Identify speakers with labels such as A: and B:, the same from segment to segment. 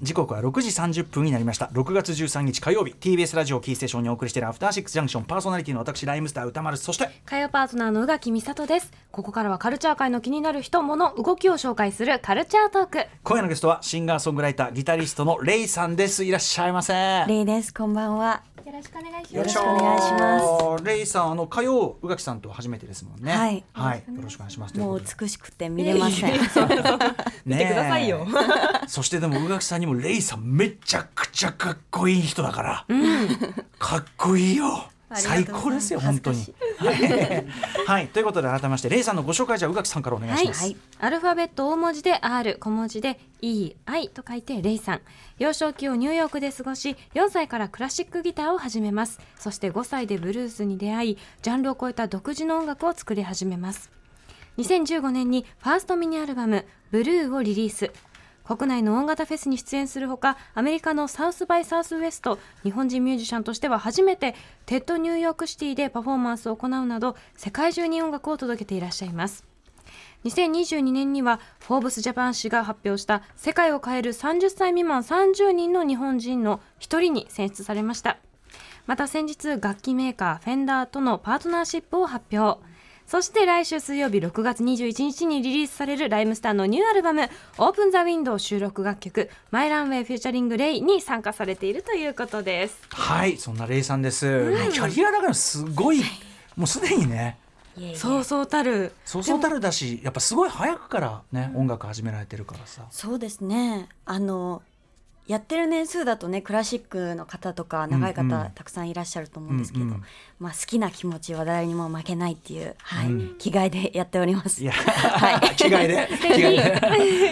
A: 時刻は6時30分になりました6月13日火曜日 TBS ラジオキーステーションにお送りしているアフターシックスジャンクションパーソナリティの私ライムスター歌丸そして
B: 火曜パートナーの宇垣美里ですここからはカルチャー界の気になる人物動きを紹介するカルチャートーク
A: 今夜のゲストはシンガーソングライターギタリストのレイさんですいらっしゃいませ
C: レイです。こんばんは。
B: よろしくお願いし
C: よ
B: ま
C: ろ
B: す
C: しくお願いします
A: レイさんあの火曜宇垣さんと初めてですもんね
C: はい
A: はい、よろしくお願いします
C: もう
A: といことで
C: 美しくて見れません。
A: ね
D: 見てくださいよ
A: そしてでも宇垣さんにもレイさんめちゃくちゃかっこいい人だから、かっこいいよ
C: ありがとう
A: 最
C: ございます
A: 高ですよ本当に
C: 恥
A: はい、はい、ということで改めましてレイさんのご紹介じゃあ宇垣さんからお願い
B: は
A: し
B: い、
A: ます、
B: アルファベット大文字で R 小文字で E I と書いてレイさん幼少期をニューヨークで過ごし4歳からクラシックギターを始めますそして5歳でブルースに出会いジャンルを超えた独自の音楽を作り始めます2015年にファーストミニアルバム「ブルーをリリース国内の大型フェスに出演するほかアメリカのサウスバイサウスウエスト日本人ミュージシャンとしては初めてテッドニューヨークシティでパフォーマンスを行うなど世界中に音楽を届けていらっしゃいます2022年には「フォーブスジャパン」誌が発表した世界を変える30歳未満30人の日本人の一人に選出されましたまた先日楽器メーカーフェンダーとのパートナーシップを発表そして来週水曜日6月21日にリリースされるライムスターのニューアルバム「オープン・ザ・ウィンドウ」収録楽曲「マイ・ランウェイ・フューチャリング・レイ」に参加されているということです
A: はい、そんなレイさんです。もうキャリアだからすごい、もうすでにね、
B: そうそうたる
A: そうそうたるだし、やっぱすごい早くからね、音楽始められてるからさ。
C: そうですね。あのやってる年数だとねクラシックの方とか長い方、
A: うんうん
C: たくさんいらっしゃると思うんですけど、
A: うんうん
C: まあ好きな気持ちは誰にも負けないっていう、はい
A: うん
C: 気概でやっております。
A: いや、
C: はい
A: 着替え で、着替え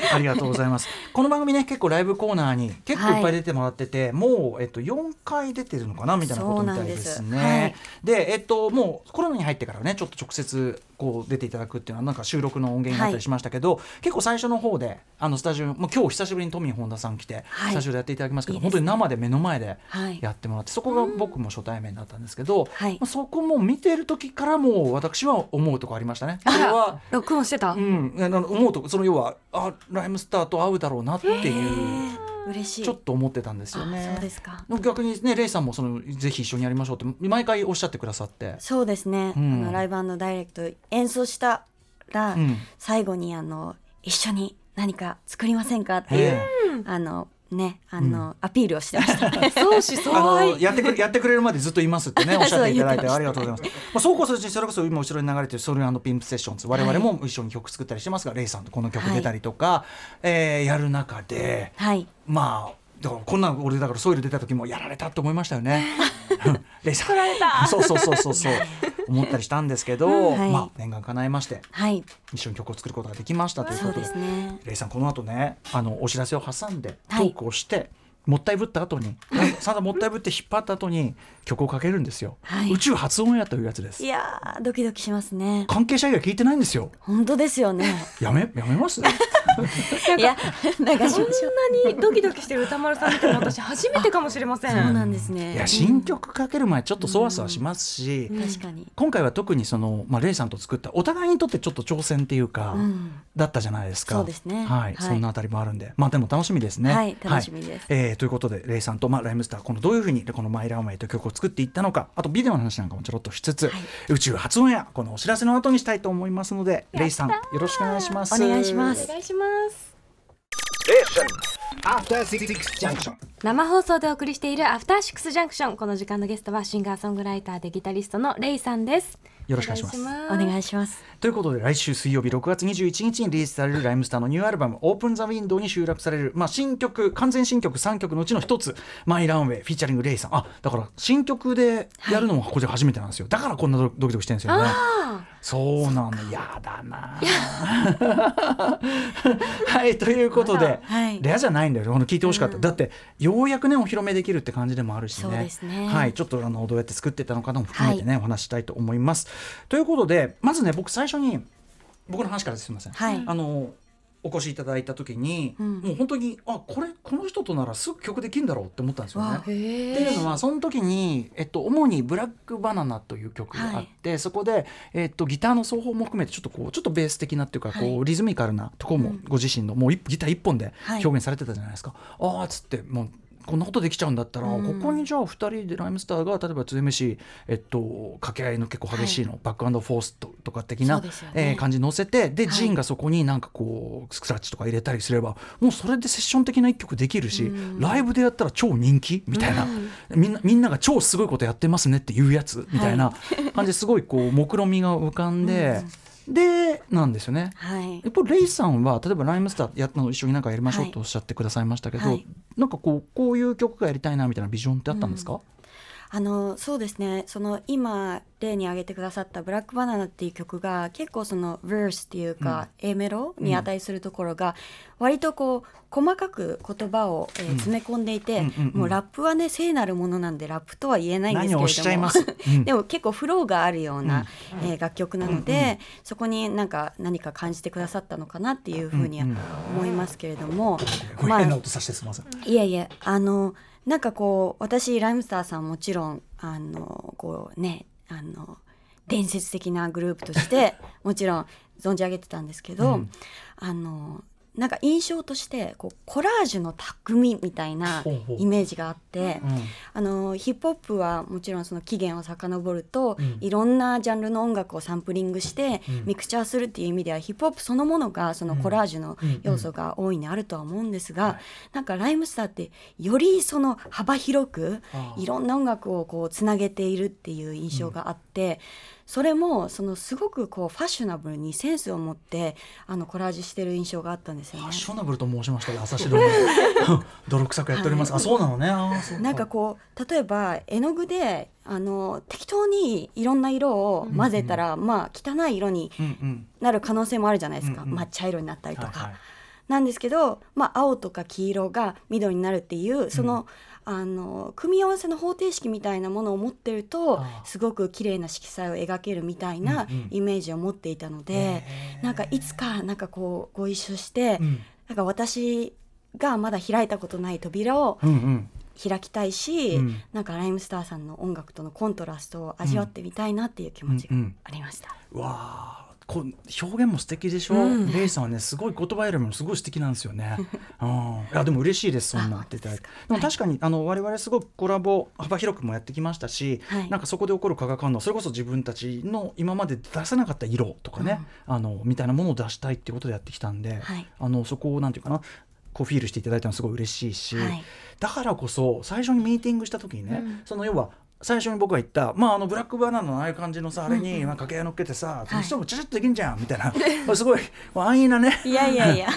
A: で、ありがとうございます。この番組ね、結構ライブコーナーに結構いっぱい出てもらってて、もうえっと四回出てるのかなみたいなことみたいです
C: そうなん
A: ね。でえっともうコロナに入ってからね、ちょっと直接こう出ていただくっていうのはなんか収録の音源があったりしましたけど、結構最初の方であのスタジオ、もう今日久しぶりにトミー本田さん来て、
C: はい
A: スタジオでやっていただきますけど、
C: いいで
A: 本
C: す
A: 当に生で目の前で。
C: はい。
A: やってもらってそこが僕も初対面だったんですけど、
C: はい
A: まあそこも見てる時からもう私は思うとこありましたね。それは
B: 録音してた、
A: うん、あの思うとその要はあライムスターと合うだろうなっていう
C: 嬉しい。
A: ちょっと思ってたんですよ
C: あそうで
A: ね。
C: すか。
A: でも逆にねレイさんもそのぜひ一緒にやりましょうって毎回おっしゃってくださって、
C: そうですね。
A: うん
C: あのライブダイレクト演奏したら、
A: うん
C: 最後にあの一緒に何か作りませんかっていう、
A: え
C: あのねあの、アピールをしてま した。
B: そうし
A: え
B: そ
A: あの
B: う
A: やってくれ やってくれるまでずっといますってねおっしゃっていただい
C: そう言ってまし
A: て
C: た
A: ありがとうございます。まあそうこうするうちにそれこそ今後ろに流れてるソウルピンプセッションズ我々も一緒に曲作ったりしてますが、レイさんとこの曲出たりとか、えーやる中で。
C: はい。
A: まあだからこんなん俺だからソイル出た時もやられたと思いました よね。うんレイさん取られた。 そうそうそうそうそう思ったりしたんですけど、
C: うんはい
A: まあ念願叶えまして
C: はい。
A: 一緒に曲を作ることができましたという
C: そ
A: こ
C: う
A: と
C: で
A: で。
C: すね。
A: レイさんこの後ねあのお知らせを挟んでト
C: はい
A: ークをして、もったいぶった後にさだもったいぶって引っ張った後に曲をかけるんですよ、
C: はい
A: 宇宙初オンエアというやつで
C: い
A: す
C: やードキドキしますね。
A: 関係者以外聞いてないんですよ
C: 本当ですよね。
A: やめやめます
C: いや流しましょ
B: そん
C: う。
B: なにドキドキしてる歌丸さん見ても私初めてかもしれませ
C: そうんなんですね。
A: いや新曲かける前ちょっとそわそわしますし、
C: うん確かに。
A: 今回は特にその、まあ、レイさんと作ったお互いにとってちょっと挑戦っていうか、
C: うん。
A: だったじゃないですか
C: そうですね
A: は
C: は
A: い
C: い
A: そんなあたりもあるんでまあでも楽しみですね
C: はい楽しみです
A: はいえーということでレイさんと、まあ、ライムスターこのどういうふうにこの「マイ・ランウェイ」という曲を作っていったのかあとビデオの話なんかもちょろっとしつつ、宇宙初オンエアこのお知らせの後にしたいと思いますのでレイさんよろしくお願いします
C: お願いします
B: お願いします
E: After Six Junction.
B: 生放送でお送りしているアフターシックスジャンクションこの時間のゲストはシンガーソングライターでギタリストのレイさんです
A: よろしくお願いします
C: お
B: お願いし
C: 願いします。
A: ということで来週水曜日6月21日にリリースされるライムスターのニューアルバム「オープン・ザ・ウィンドウ」に収録される、まあ、新曲完全新曲3曲のうちの1つ「マイ・ランウェイ」フィーチャリング・レイさんあだから新曲でやるのもこれ初めてなんですよだからこんなドドキドキしてるんですよねそうなのやだな はいということで、
C: はい
A: レアじゃないんだよこの聞いてほしかった、だってようやくねお披露目できるって感じでもあるしね
C: そうですね
A: はいちょっとあのどうやって作ってたのかも含めてね、お話ししたいと思いますということでまずね僕最初に僕の話からですみません、
C: はい
A: あのお越しいただいた時に、
C: うん
A: もう本当にあこれこの人とならすぐ曲できるんだろうって思ったんですよね
C: わ。
B: へえ
A: っていうのはその時に、えっと、主に「ブラックバナナ」という曲があって、そこで、えっと、ギターの奏法も含めてちょっとこうちょっとベース的なっていうか、こ
C: は
A: うリズミカルなとこも
C: うん
A: ご自身の、もう一ギター一本で
C: はい
A: 表現されてたじゃないですか。ああっつってもうこんなことできちゃうんだったら、
C: うん
A: ここにじゃあ2人でライムスターが例えば 2MC、えっと、掛け合いの結構激しいの、バックアンドフォースととか的な、
C: そうですよね
A: えー感じに乗せてで、
C: はい
A: ジンがそこになんかこうスクラッチとか入れたりすればもうそれでセッション的な一曲できるし、
C: うん
A: ライブでやったら超人気みたいな、みんなみんなが超すごいことやってますねっていうやつみ たいな感じですごいこう目論みが浮かんで、でなんですよね。
C: はい
A: やっぱレイさんは例えば「ライムスター」やったの一緒になんかやりましょうとおっしゃってくださいましたけど、
C: はいはい
A: なんかこうこういう曲がやりたいなみたいなビジョンってあったんですか、
C: あのそうですねその今例に挙げてくださった「ブラックバナナ」っていう曲が結構そのベースっていうか、A メロに値するところが割とこう細かく言葉を、えー詰め込んでいて、
A: うんうんうん
C: もうラップはね聖なるものなんでラップとは言えないんですけれ
A: 何
C: ど
A: を
C: も
A: おっしゃいます、う ん
C: でも結構フローがあるような、えー楽曲なので、そこになんか何か感じてくださったのかなっていうふうには
A: うんうん
C: 思いますけれども、
A: こ
C: ま
A: れ
C: あ
A: 変な音させてすみません。
C: いえいえあのなんかこう私ライムスターさんもちろんあのこうねあの伝説的なグループとして もちろん存じ上げてたんですけど、
A: うん
C: あのなんか印象としてこうコラージュの匠みたいな
A: ほうほう
C: イメージがあって
A: う。ん
C: あのヒップホップはもちろんその起源を遡ると、
A: うん
C: いろんなジャンルの音楽をサンプリングして、
A: うん
C: ミクチャーするっていう意味ではヒップホップそのものがそのコラージュの
A: うん
C: 要素が大いにあるとは思うんですが、
A: はい
C: なんかライムスターってよりその幅広く
A: あー
C: いろんな音楽をこうつなげているっていう印象があって。それもそのすごくこうファッショナブルにセンスを持ってあのコラージュしてる印象があったんですよ
A: フ
C: ね。
A: ァッショナブルと申しましたが朝白の 泥臭くやっております。あそうなのね。あーそう
C: なんかこう例えば絵の具であの適当にいろんな色を混ぜたら、まあ汚い色に
A: うんうん
C: なる可能性もあるじゃないですか、
A: うんうん
C: 抹茶色になったりとか、
A: はいはい
C: なんですけど、まあ、青とか黄色が緑になるっていうその,、あの組み合わせの方程式みたいなものを持ってると
A: あー
C: すごく綺麗な色彩を描けるみたいな
A: うんうん
C: イメージを持っていたので、
A: へー
C: なんかいつかなんかこうご一緒して、
A: うん
C: なんか私がまだ開いたことない扉を
A: うんうん
C: 開きたいし、
A: うん
C: なんかライムスターさんの音楽とのコントラストを味わってみたいなっていう気持ちが
A: うんうん
C: ありました。
A: わあこう表現も素敵でしょ、
B: うん
A: レイさんはねすごい言葉選びもすごい素敵なんですよ ね。うん、いやでも嬉しいですそんな
C: あ
A: っていただいて
C: 本
A: でも確かに、あの我々すごくコラボ幅広くもやってきましたし、
C: はい
A: なんかそこで起こる化学反応それこそ自分たちの今まで出せなかった色とかね、あのみたいなものを出したいっていうことでやってきたんで、
C: はい
A: あのそこをなんていうかなこうフィールしていただいたのすごい嬉しいし、
C: はい
A: だからこそ最初にミーティングした時にね、
B: うん
A: その要は最初に僕が言った、まあ、あのブラックバナナのああいう感じのさあれにまあ掛け合い乗っけてさ、その人もちゃちゃっとできんじゃんみたいなまあすごいこう安易なね
C: いやいやい や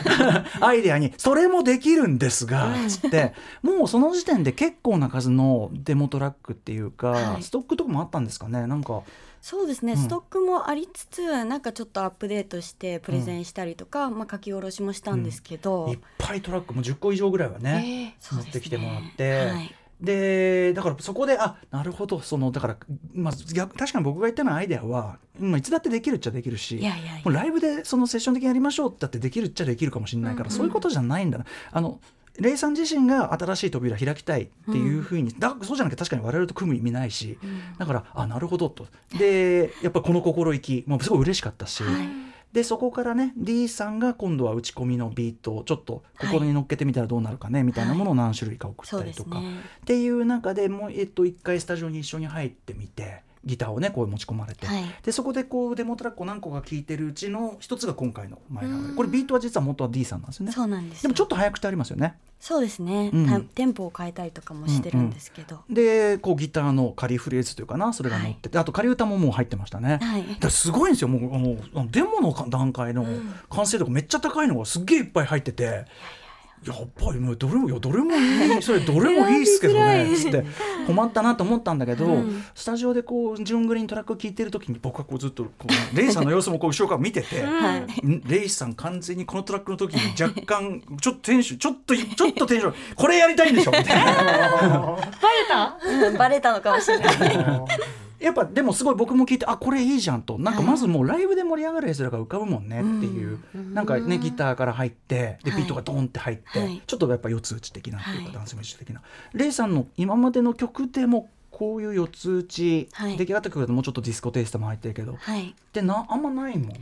A: アイデアにそれもできるんですが
B: うん
A: つってもうその時点で結構な数のデモトラックっていうか、
C: はい
A: ストックとかもあったんですかねなんか
C: そうですね、
A: うん
C: ストックもありつつなんかちょっとアップデートしてプレゼンしたりとか、まあ、書き下ろしもしたんですけど、
A: いっぱいトラックも10個以上ぐらいはね、
B: え
C: そう
A: 持
C: で
A: っ
C: すね
A: てきてもらって。
C: はい
A: でだからそこであなるほどそのだから、まあ、逆確かに僕が言ったようなアイデアは、まあ、いつだってできるっちゃできるし
C: いやいやいや
A: もうライブでそのセッション的にやりましょうだってできるっちゃできるかもしれないから、
B: うんうん
A: そういうことじゃないんだな。あのレイさん自身が新しい扉開きたいっていうふうに、だそうじゃなきゃ確かに我々と組む意味ないし、だからあなるほどとでやっぱこの心意気もうすごい嬉しかったし、
C: はい
A: でそこからね D さんが今度は打ち込みのビートをちょっとここ
C: は
A: に乗っけてみたらどうなるかね、みたいなものを何種類か送
C: そ
A: っ
C: う
A: たり
C: で
A: と
C: す
A: か、
C: ね
A: っていう中でもうえっと一回スタジオに一緒に入ってみてギターをねこう持ち込まれて、
C: はい
A: でそこでこうデモトラックを何個か聴いてるうちの一つが今回の「マイラブ」これビートは実は元は D さんなんですよね
C: そうなんです
A: で
C: よ
A: もちょっと早口ありますよね
C: そうですね、
A: うん
C: たテンポを変えたりとかもしてるんですけど、
A: でこうギターの仮フレーズというかなそれが載ってて、あと仮歌ももう入ってましたね、
C: はい
A: だからすごいんですよもうあのあのデモの段階の完成度がめっちゃ高いのがすっげえいっぱい入ってて。やっぱりもうどれもいやどれもいいそれどれもいいっすけど ねつって困ったなと思ったんだけど、
B: うん
A: スタジオでこうジュングリーにトラック聴いてる時に僕はこうずっとこうレイさんの様子もこう後ろから見てて、
C: はい
A: んレイさん完全にこのトラックの時に若干ちょっとテンションちょっとちょっとテンションこれやりたいんでしょみたいな。
B: バレた
C: うんバレたのかもしれない
A: やっぱでもすごい僕も聞いてあこれいいじゃんとなんかまずもうライブで盛り上がる絵面が浮かぶもんねっていう、なんかねギターから入ってで
C: はい
A: ビートがドンって入って、
C: はい
A: ちょっとやっぱ四つ打ち的なっていうか、
C: はい
A: ダンスミュージック的な。レイさんの今までの曲でもこういう四つ打ち、
C: はい
A: 出来上がった曲だともうちょっとディスコテイストも入ってるけ ど、
C: はい
A: でなあんまないもんね。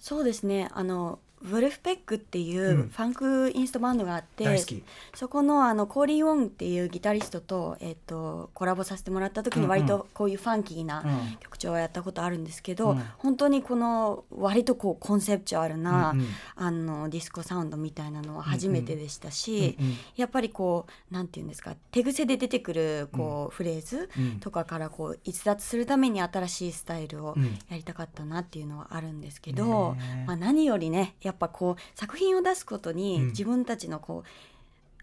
C: そうですねあのウルフペックっていう
A: うん
C: ファンクインストバンドがあって、
A: 大好き。
C: そこのあのコーリー・ウォンっていうギタリストと,、えっとコラボさせてもらった時
A: うんう
C: に
A: ん
C: 割とこういうファンキーな
A: うん
C: 曲調をやったことあるんですけど、
A: うん
C: 本当にこの割とこうコンセプチュアルな、
A: うんうん
C: あのディスコサウンドみたいなのは初めてでしたし、
A: うんうん
C: やっぱりこうなんていうんですか手癖で出てくるこう、フレーズ
A: うん
C: とかからこう逸脱するために新しいスタイルを
A: うん
C: やりたかったなっていうのはあるんですけど、
A: ねえ
C: まあ、何よりねやっぱこう作品を出すことに
A: うん
C: 自分たちのこう、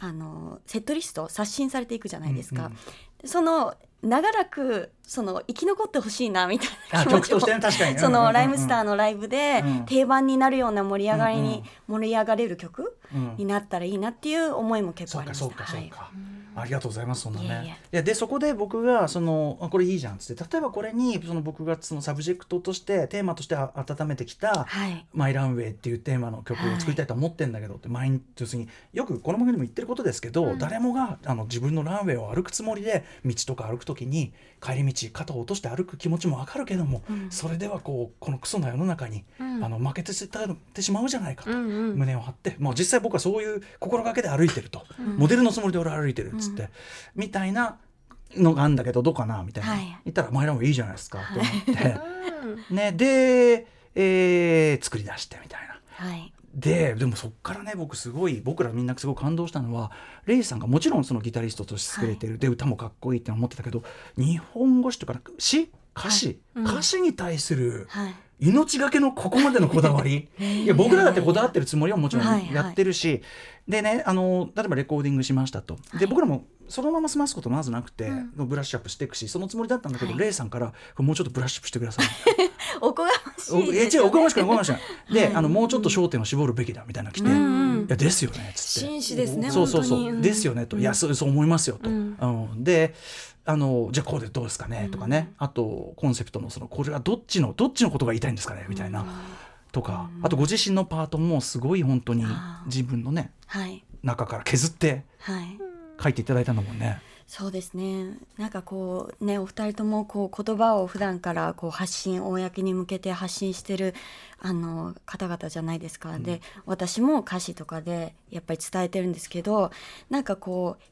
C: あのセットリストを刷新されていくじゃないですか。
A: うん
C: その長らくその生き残ってほしいなみたいな
A: あ
C: 気持
A: 曲
C: ちも
A: としてね確か に。
C: そのライムスター
A: の、
C: のライブで
A: うん
C: 定番になるような盛り上がり
A: うんうん
C: に盛り上がれる曲
A: うんうん
C: になったらいいなっていう思いも結
A: そ
C: 構あ
A: う
C: り
A: か
C: ま
A: そ
C: し
A: う
C: た。
A: か
C: は
A: そう
C: い。
A: か、ありがとうございますそんなね
C: いやいや
A: いやでそこで僕がそのあこれいいじゃんっつって例えばこれにその僕がそのサブジェクトとしてテーマとしてあ温めてきた
C: はい。
A: 「マイランウェイ」っていうテーマの曲を作りたいと思ってんだけどって、毎日要するによくこの番組でも言ってることですけど、
B: うん
A: 誰もがあの自分のランウェイを歩くつもりで道とか歩く時に帰り道肩を落として歩く気持ちもわかるけども、
C: うん
A: それではこうこのクソな世の中に、
B: うん
A: あの負けてしてしまうじゃないかと。
B: うんうん
A: 胸を張って、まあ、実際僕はそういう心がけで歩いてると、モデルのつもりで俺は歩いてるっつって、みたいなのがあるんだけどどうかなみたいな、
C: はい
A: 言ったら「マイランウェイいいじゃないですか」って思って、
B: うん
A: ね、で、えー作り出してみたいな。
C: はい。
A: ででもそっからね僕すごい僕らみんなすごい感動したのはレイさんがもちろんそのギタリストとして優れてる、で歌もかっこいいって思ってたけど日本語詞というか詩歌詞、
B: うん
A: 歌詞に対する
C: はい。
A: 命がけのここまでのこだわ りいや僕らだってこだわってるつもりはもちろ
C: はいはい
A: んやってるし、でねあの例えばレコーディングしましたと、で僕らもそのまま済ますことまずなくて、ブラッシュアップしていくしそのつもりだったんだけど、
C: はい
A: レイさんからもうちょっとブラッシュアップしてください
C: おこがまし
A: お
C: い
A: え
C: です
A: 違う
C: よ
A: おか
C: ね。
A: ましくないおかましくないで、あのもうちょっと焦点を絞るべきだみたいなの来て、
B: うんうん
A: いやですよねっつって
B: 紳士ですね
A: そうそう
B: 本
A: そ
B: 当
A: う、
B: にうん
A: ですよねと、いやそうそう思いますよと、う
B: うんん
A: であのじゃあこうでどうですかねとかね、あとコンセプトのそのこれはどっちのどっちのことが言いたいんですかねみたいな、とかあとご自身のパートもすごい本当に
C: あー
A: 自分のね
C: はい。
A: 中から削って
C: はい。
A: 書いていただいたのもんね。
C: そうですね。なんかこうね、お二人ともこう言葉を普段からこう発信、公に向けて発信してるあの方々じゃないですか。で、私も歌詞とかでやっぱり伝えてるんですけど、なんかこう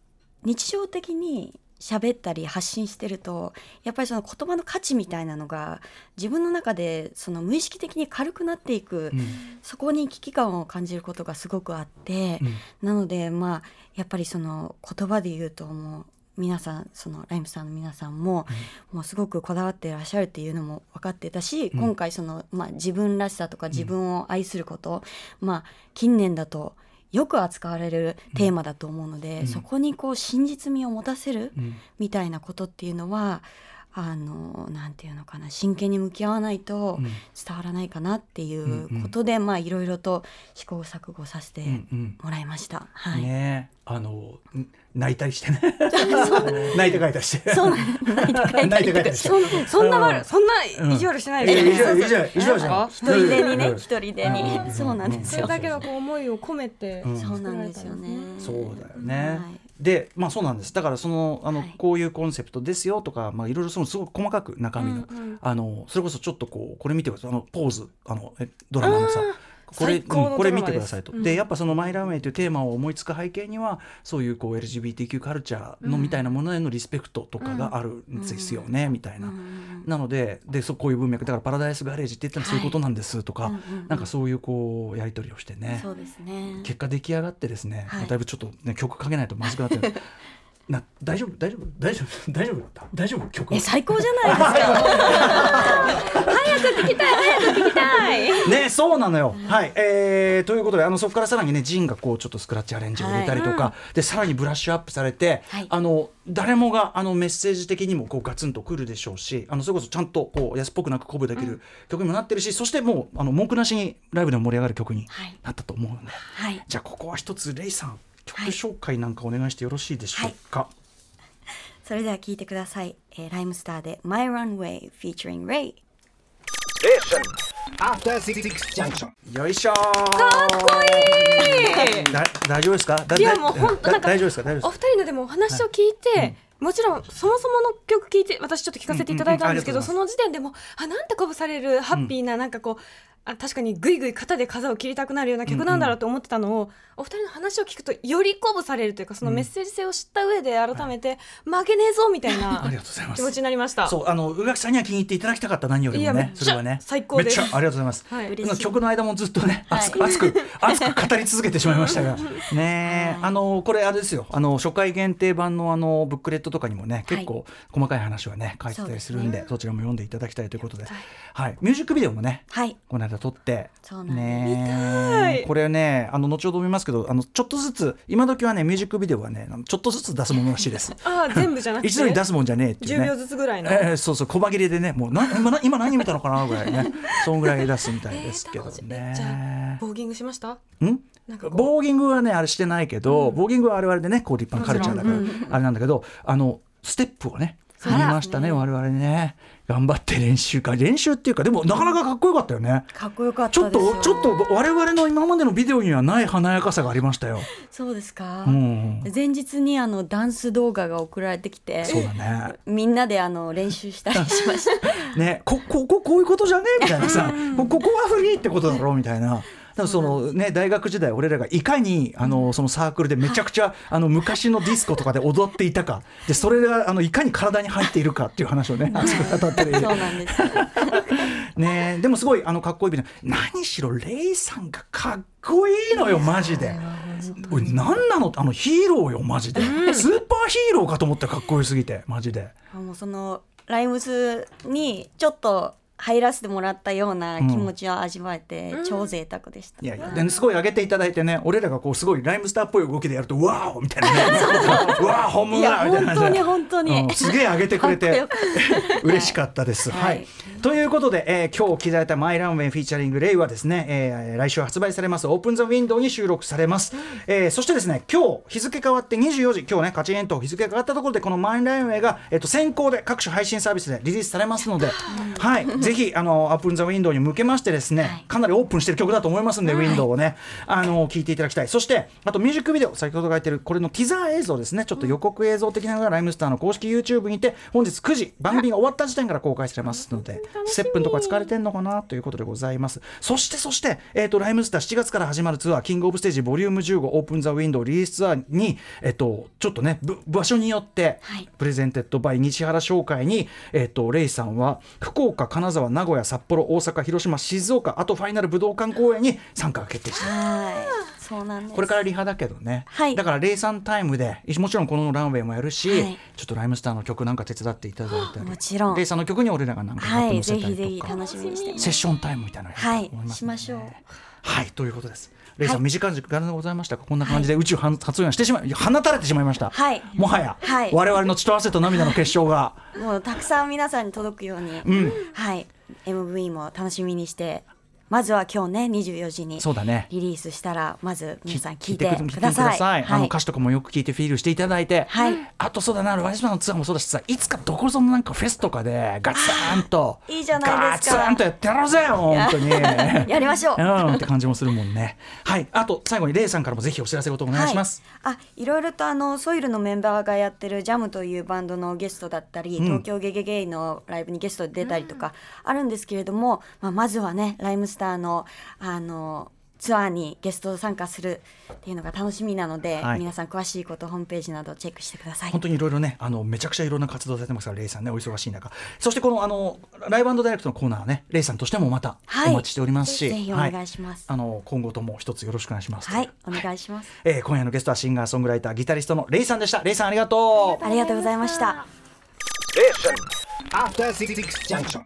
C: 日常的に喋ったり発信してるとやっぱりその言葉の価値みたいなのが自分の中でその無意識的に軽くなっていく、
A: うん
C: そこに危機感を感じることがすごくあって、
A: うん
C: なのでまあやっぱりその言葉で言うともう皆さんそのライムさんの皆さんも、もうすごくこだわっていらっしゃるっていうのも分かってたし、
A: うん
C: 今回その、まあ、自分らしさとか自分を愛すること、まあ近年だとよく扱われるテーマだと思うので、
A: うん
C: そこにこう真実味を持たせる
A: うん
C: みたいなことっていうのはあのなんていうのかな真剣に向き合わないと、
A: うん
C: 伝わらないかなってい
A: んうん
C: うことで、まあいろいろと試行錯誤させて
A: うんうん
C: もらいました。はい。
A: ねえあのん泣いたりしてね泣いて書いたりして
C: そう
A: 泣いて書いたりして
B: そんそんな
A: うん
B: 悪そんな意地悪しないで
A: うんいや
B: す
A: 意地悪意地悪じゃない
B: な
C: 一
B: んか
C: 人でに
A: う
C: ね、
A: ん
C: 一人でに、
A: うん
C: そうなんです
B: それ
C: よ。
B: だけのこう思いを込めて
A: うん
C: そうなんですよね。
A: そうだよね。
C: はい
A: で、まあそうなんです。だからそのあの、
C: はい
A: こういうコンセプトですよとか、まあいろいろそのすごく細かく中身の、
B: うんうん
A: あのそれこそちょっとこうこれ見てください。あのポーズあのえドラマのさ。これ
B: 最高の
A: うんこれ
B: ド
A: 見
B: ラマ
A: て
B: です
A: くださいと、
B: うん
A: でやっぱその「マイ・ランウェイ」というテーマを思いつく背景にはそういうこう LGBTQ カルチャーの
B: うん
A: みたいなものへのリスペクトとかがあるんですよね、みたいな、
C: うん
A: なのででそうこういう文脈だから「パラダイス・ガレージ」って言ったらそういうことなんですとか、
C: はいうんうんうん
A: なんかそういうこうやり取りをしてね
C: そうですね。
A: 結果出来上がってですね、
C: はい
A: まあだいぶちょっと、ね、曲かけないとまずくなって るな大丈夫大丈夫大丈夫 大丈夫だった大丈夫曲
C: え、最高じゃないですか。
A: ねそうなのよ、はいえーということであのそこからさらにねジンがこうちょっとスクラッチアレンジを入れたりとか、でさらにブラッシュアップされて、
C: はい
A: あの誰もがあのメッセージ的にもこうガツンとくるでしょうしあのそれこそちゃんとこう安っぽくなく鼓舞できる曲にもなってるし、そしてもうあの文句なしにライブでも盛り上がる曲に
C: はい
A: なったと思うので、
C: はい。
A: じゃあここは一つレイさん曲紹介なんかお願いしてよろしいでしょうか。
C: それでは聴いてください、えーライムスターで「My Runway」featuring Ray
D: After Six Junction.
A: よいしょかっこいいだ大丈夫ですかだ
B: いやもう本当
A: だ
B: なんか
A: 大丈夫ですか大丈夫です
B: お
A: か
B: 二人のでもお話を聞いて、もちろんそもそもの曲聞いて私ちょっと聞かせていただいたんですけ
A: う
B: ど、
A: んうん
B: その時点でもあなんて鼓舞されるハッピーな、なんかこうあ確かにぐいぐい肩で風を切りたくなるような曲なんだろうと思ってたのを、お二人の話を聞くとより鼓舞されるというかそのメッセージ性を知った上で改めて、負けねえぞみたい な
A: ありがとうございます
B: 気持ちになりました。
A: そうあの宇垣さんには気に入っていただきたかった何よりも
B: いやめ
A: ね
B: っちゃ
A: それはね
B: 最高です
A: めっちゃありがとうございます、
B: はい
C: 嬉しい
A: 曲の間もずっとね熱く、
C: は
A: 熱く熱く語り続けてしまいましたがねえあのこれあれですよあの初回限定版のあのブックレットとかにもね結構細かい話はね書いてたりするんでそちらも読んでいただきたいということで、はい、ミュージックビデオもね
C: はい
A: この間撮って
C: そうなんです
B: た
A: ね
B: い
A: これねあの後ほど見ますけどあのちょっとずつ今時はねミュージックビデオはねあのちょっとずつ出すものらしいです
B: あー全部じゃなくて
A: 一度に出すもんじゃねえっていう
B: 10
A: ね
B: 秒ずつぐらいの、
A: ええそうそう細切れでねもうな今な今何見たのかなぐらい ねそんぐらい出すみたいですけど
B: じゃ
A: ね
B: あ。ボーギングしました
A: ん
B: なんかこう
A: ボーギングはねあれしてないけど、ボーギングはあれ々でねこう立派なカルチャーだからあれなんだけどあのステップをね
B: そう
A: 踏みましたね我々ね頑張って練習か練習っていうかでもなかなかかっこよかったよね。
C: かっこよかっ
A: ちょ
C: た
A: っ
C: です
A: と
C: よ
A: ちょっと我々の今までのビデオにはない華やかさがありましたよ。
C: そうですか、
A: うん、
C: 前日にあのダンス動画が送られてきて
A: そうだね。
C: みんなであの練習したりしま した
A: ね、ここここういうことじゃねえみたいなさこここはフリーってことだろうみたいな。でもそのね、大学時代俺らがいかにあのそのサークルでめちゃくちゃ、あの昔のディスコとかで踊っていたかでそれがあのいかに体に入っているかっていう話をね熱く語ってる
C: そうなんですよ。
A: ねでもすごいあのかっこいいビデオ何しろレイさんがかっこいいのよマジで。おい何なのあのヒーローよマジで、スーパーヒーローかと思ったかっこよすぎてマジで。
C: あもうそのライムズにちょっと入らせてもらったような気持ちを味わえて、超贅沢でした。
A: いやいやですごい上げていただいてね俺らがこうすごいライムスターっぽい動きでやると「わーお!」みたい なね「わー本
C: い
A: 物だ!」
C: や
A: みたいな
C: 本当
A: 感じ
C: に
A: で
C: 本当に、
A: うんすげえ上げてくれて
C: かっこ
A: 嬉しかったです。はい、
C: はい
A: ということで、えー今日刻いた「マイ・ランウェイ」フィーチャリング「レイ」はですね、えー来週発売されます「オープン・ザ・ウィンドウ」に収録されます、えーそしてですね今日日付変わって24時今日ねカチエンと日付変わったところでこの「マイ・ランウェイが」えーと先行で各種配信サービスでリリースされますので、はい、ぜひあの「オープン・ザ・ウィンドウ」に向けましてですね、かなりオープンしてる曲だと思いますんで、ウィンドウをねあの聞いていただきたいそしてあとミュージックビデオ先ほど書いてるこれのティザー映像ですねちょっと予告映像的なのがライムスターの公式 YouTube にて本日9時番組が終わった時点から公開されますのでステップンとか使われてんのかなということでございますそしてそして、えー、とライムスター7月から始まるツアーキングオブステージボリューム15オープンザウィンドウリリースツアーに、えっとちょっとねぶ場所によって、
C: はい
A: プレゼンテッドバイ西原商会に、えっとレイさんは福岡金沢名古屋札幌大阪広島静岡あとファイナル武道館公演に参加が決定して
C: はい、そうなんです。
A: これからリハだけどね、
C: はい
A: だからレイさんタイムでもちろんこのランウェイもやるし、
C: はい
A: ちょっとライムスターの曲なんか手伝っていただいたり
C: もちろん
A: レイさんの曲に俺らがなんか
C: は
A: やって
C: い、
A: 乗せ
C: ぜ
A: た
C: ひぜ
A: り
C: ひ
A: とか、
C: 楽しみにしてます。
A: セッションタイムみたいなのや
C: はい
A: りたと思ます
C: しましょう
A: はいということですレイさん、短い時間でございましたがこんな感じで宇宙は発音してしまい放たれてしまいました、
C: はい
A: もはや、
C: はい
A: 我々の血と汗と涙の結晶が
C: もうたくさん皆さんに届くように、
A: ん
C: はい、MV も楽しみにして、まずは今日ね24時に
A: そうだね
C: リリースしたらまず皆さん聞い
A: 聞
C: て
A: 聞いて
C: く
A: く
C: だ
A: だ
C: さい。
A: さい、あ
C: は
A: の
C: い
A: 歌詞とかもよく聞いてフィールしていただいて、
C: はい
A: あとそうだなワイズマンのツアーもそうだしさいつかどこぞのなんかフェスとかでガツンと
C: いいじゃないですか
A: ガツンとやってやろうぜ本当に
C: やりましょう
A: うんって感じもするもんねはいあと最後にレイさんからもぜひお知らせごとお願いします、
C: はい、あいろいろとあのソイルのメンバーがやってるジャムというバンドのゲストだったり、東京ゲゲゲイのライブにゲストで出たりとかあるんですけれども、まあ、まずはねライムスターのあのツアーにゲスト参加するっていうのが楽しみなので、
A: はい
C: 皆さん詳しいことホームページなどチェックしてください
A: 本。当にいろいろねあのめちゃくちゃいろんな活動されてますからレイさんねお忙しい中そしてこのあのライブダイレクトのコーナーはねレイさんとしてもまた
C: はい
A: お待ちしておりますし、
C: ぜひお願いします
A: はいあの今後とも一つよろしくお願いします
C: はい、お願いします。
A: えー今夜のゲストはシンガーソングライターギタリストのレイさんでしたレイさんありがとう
C: ありがとうございました。
D: After Six Junction.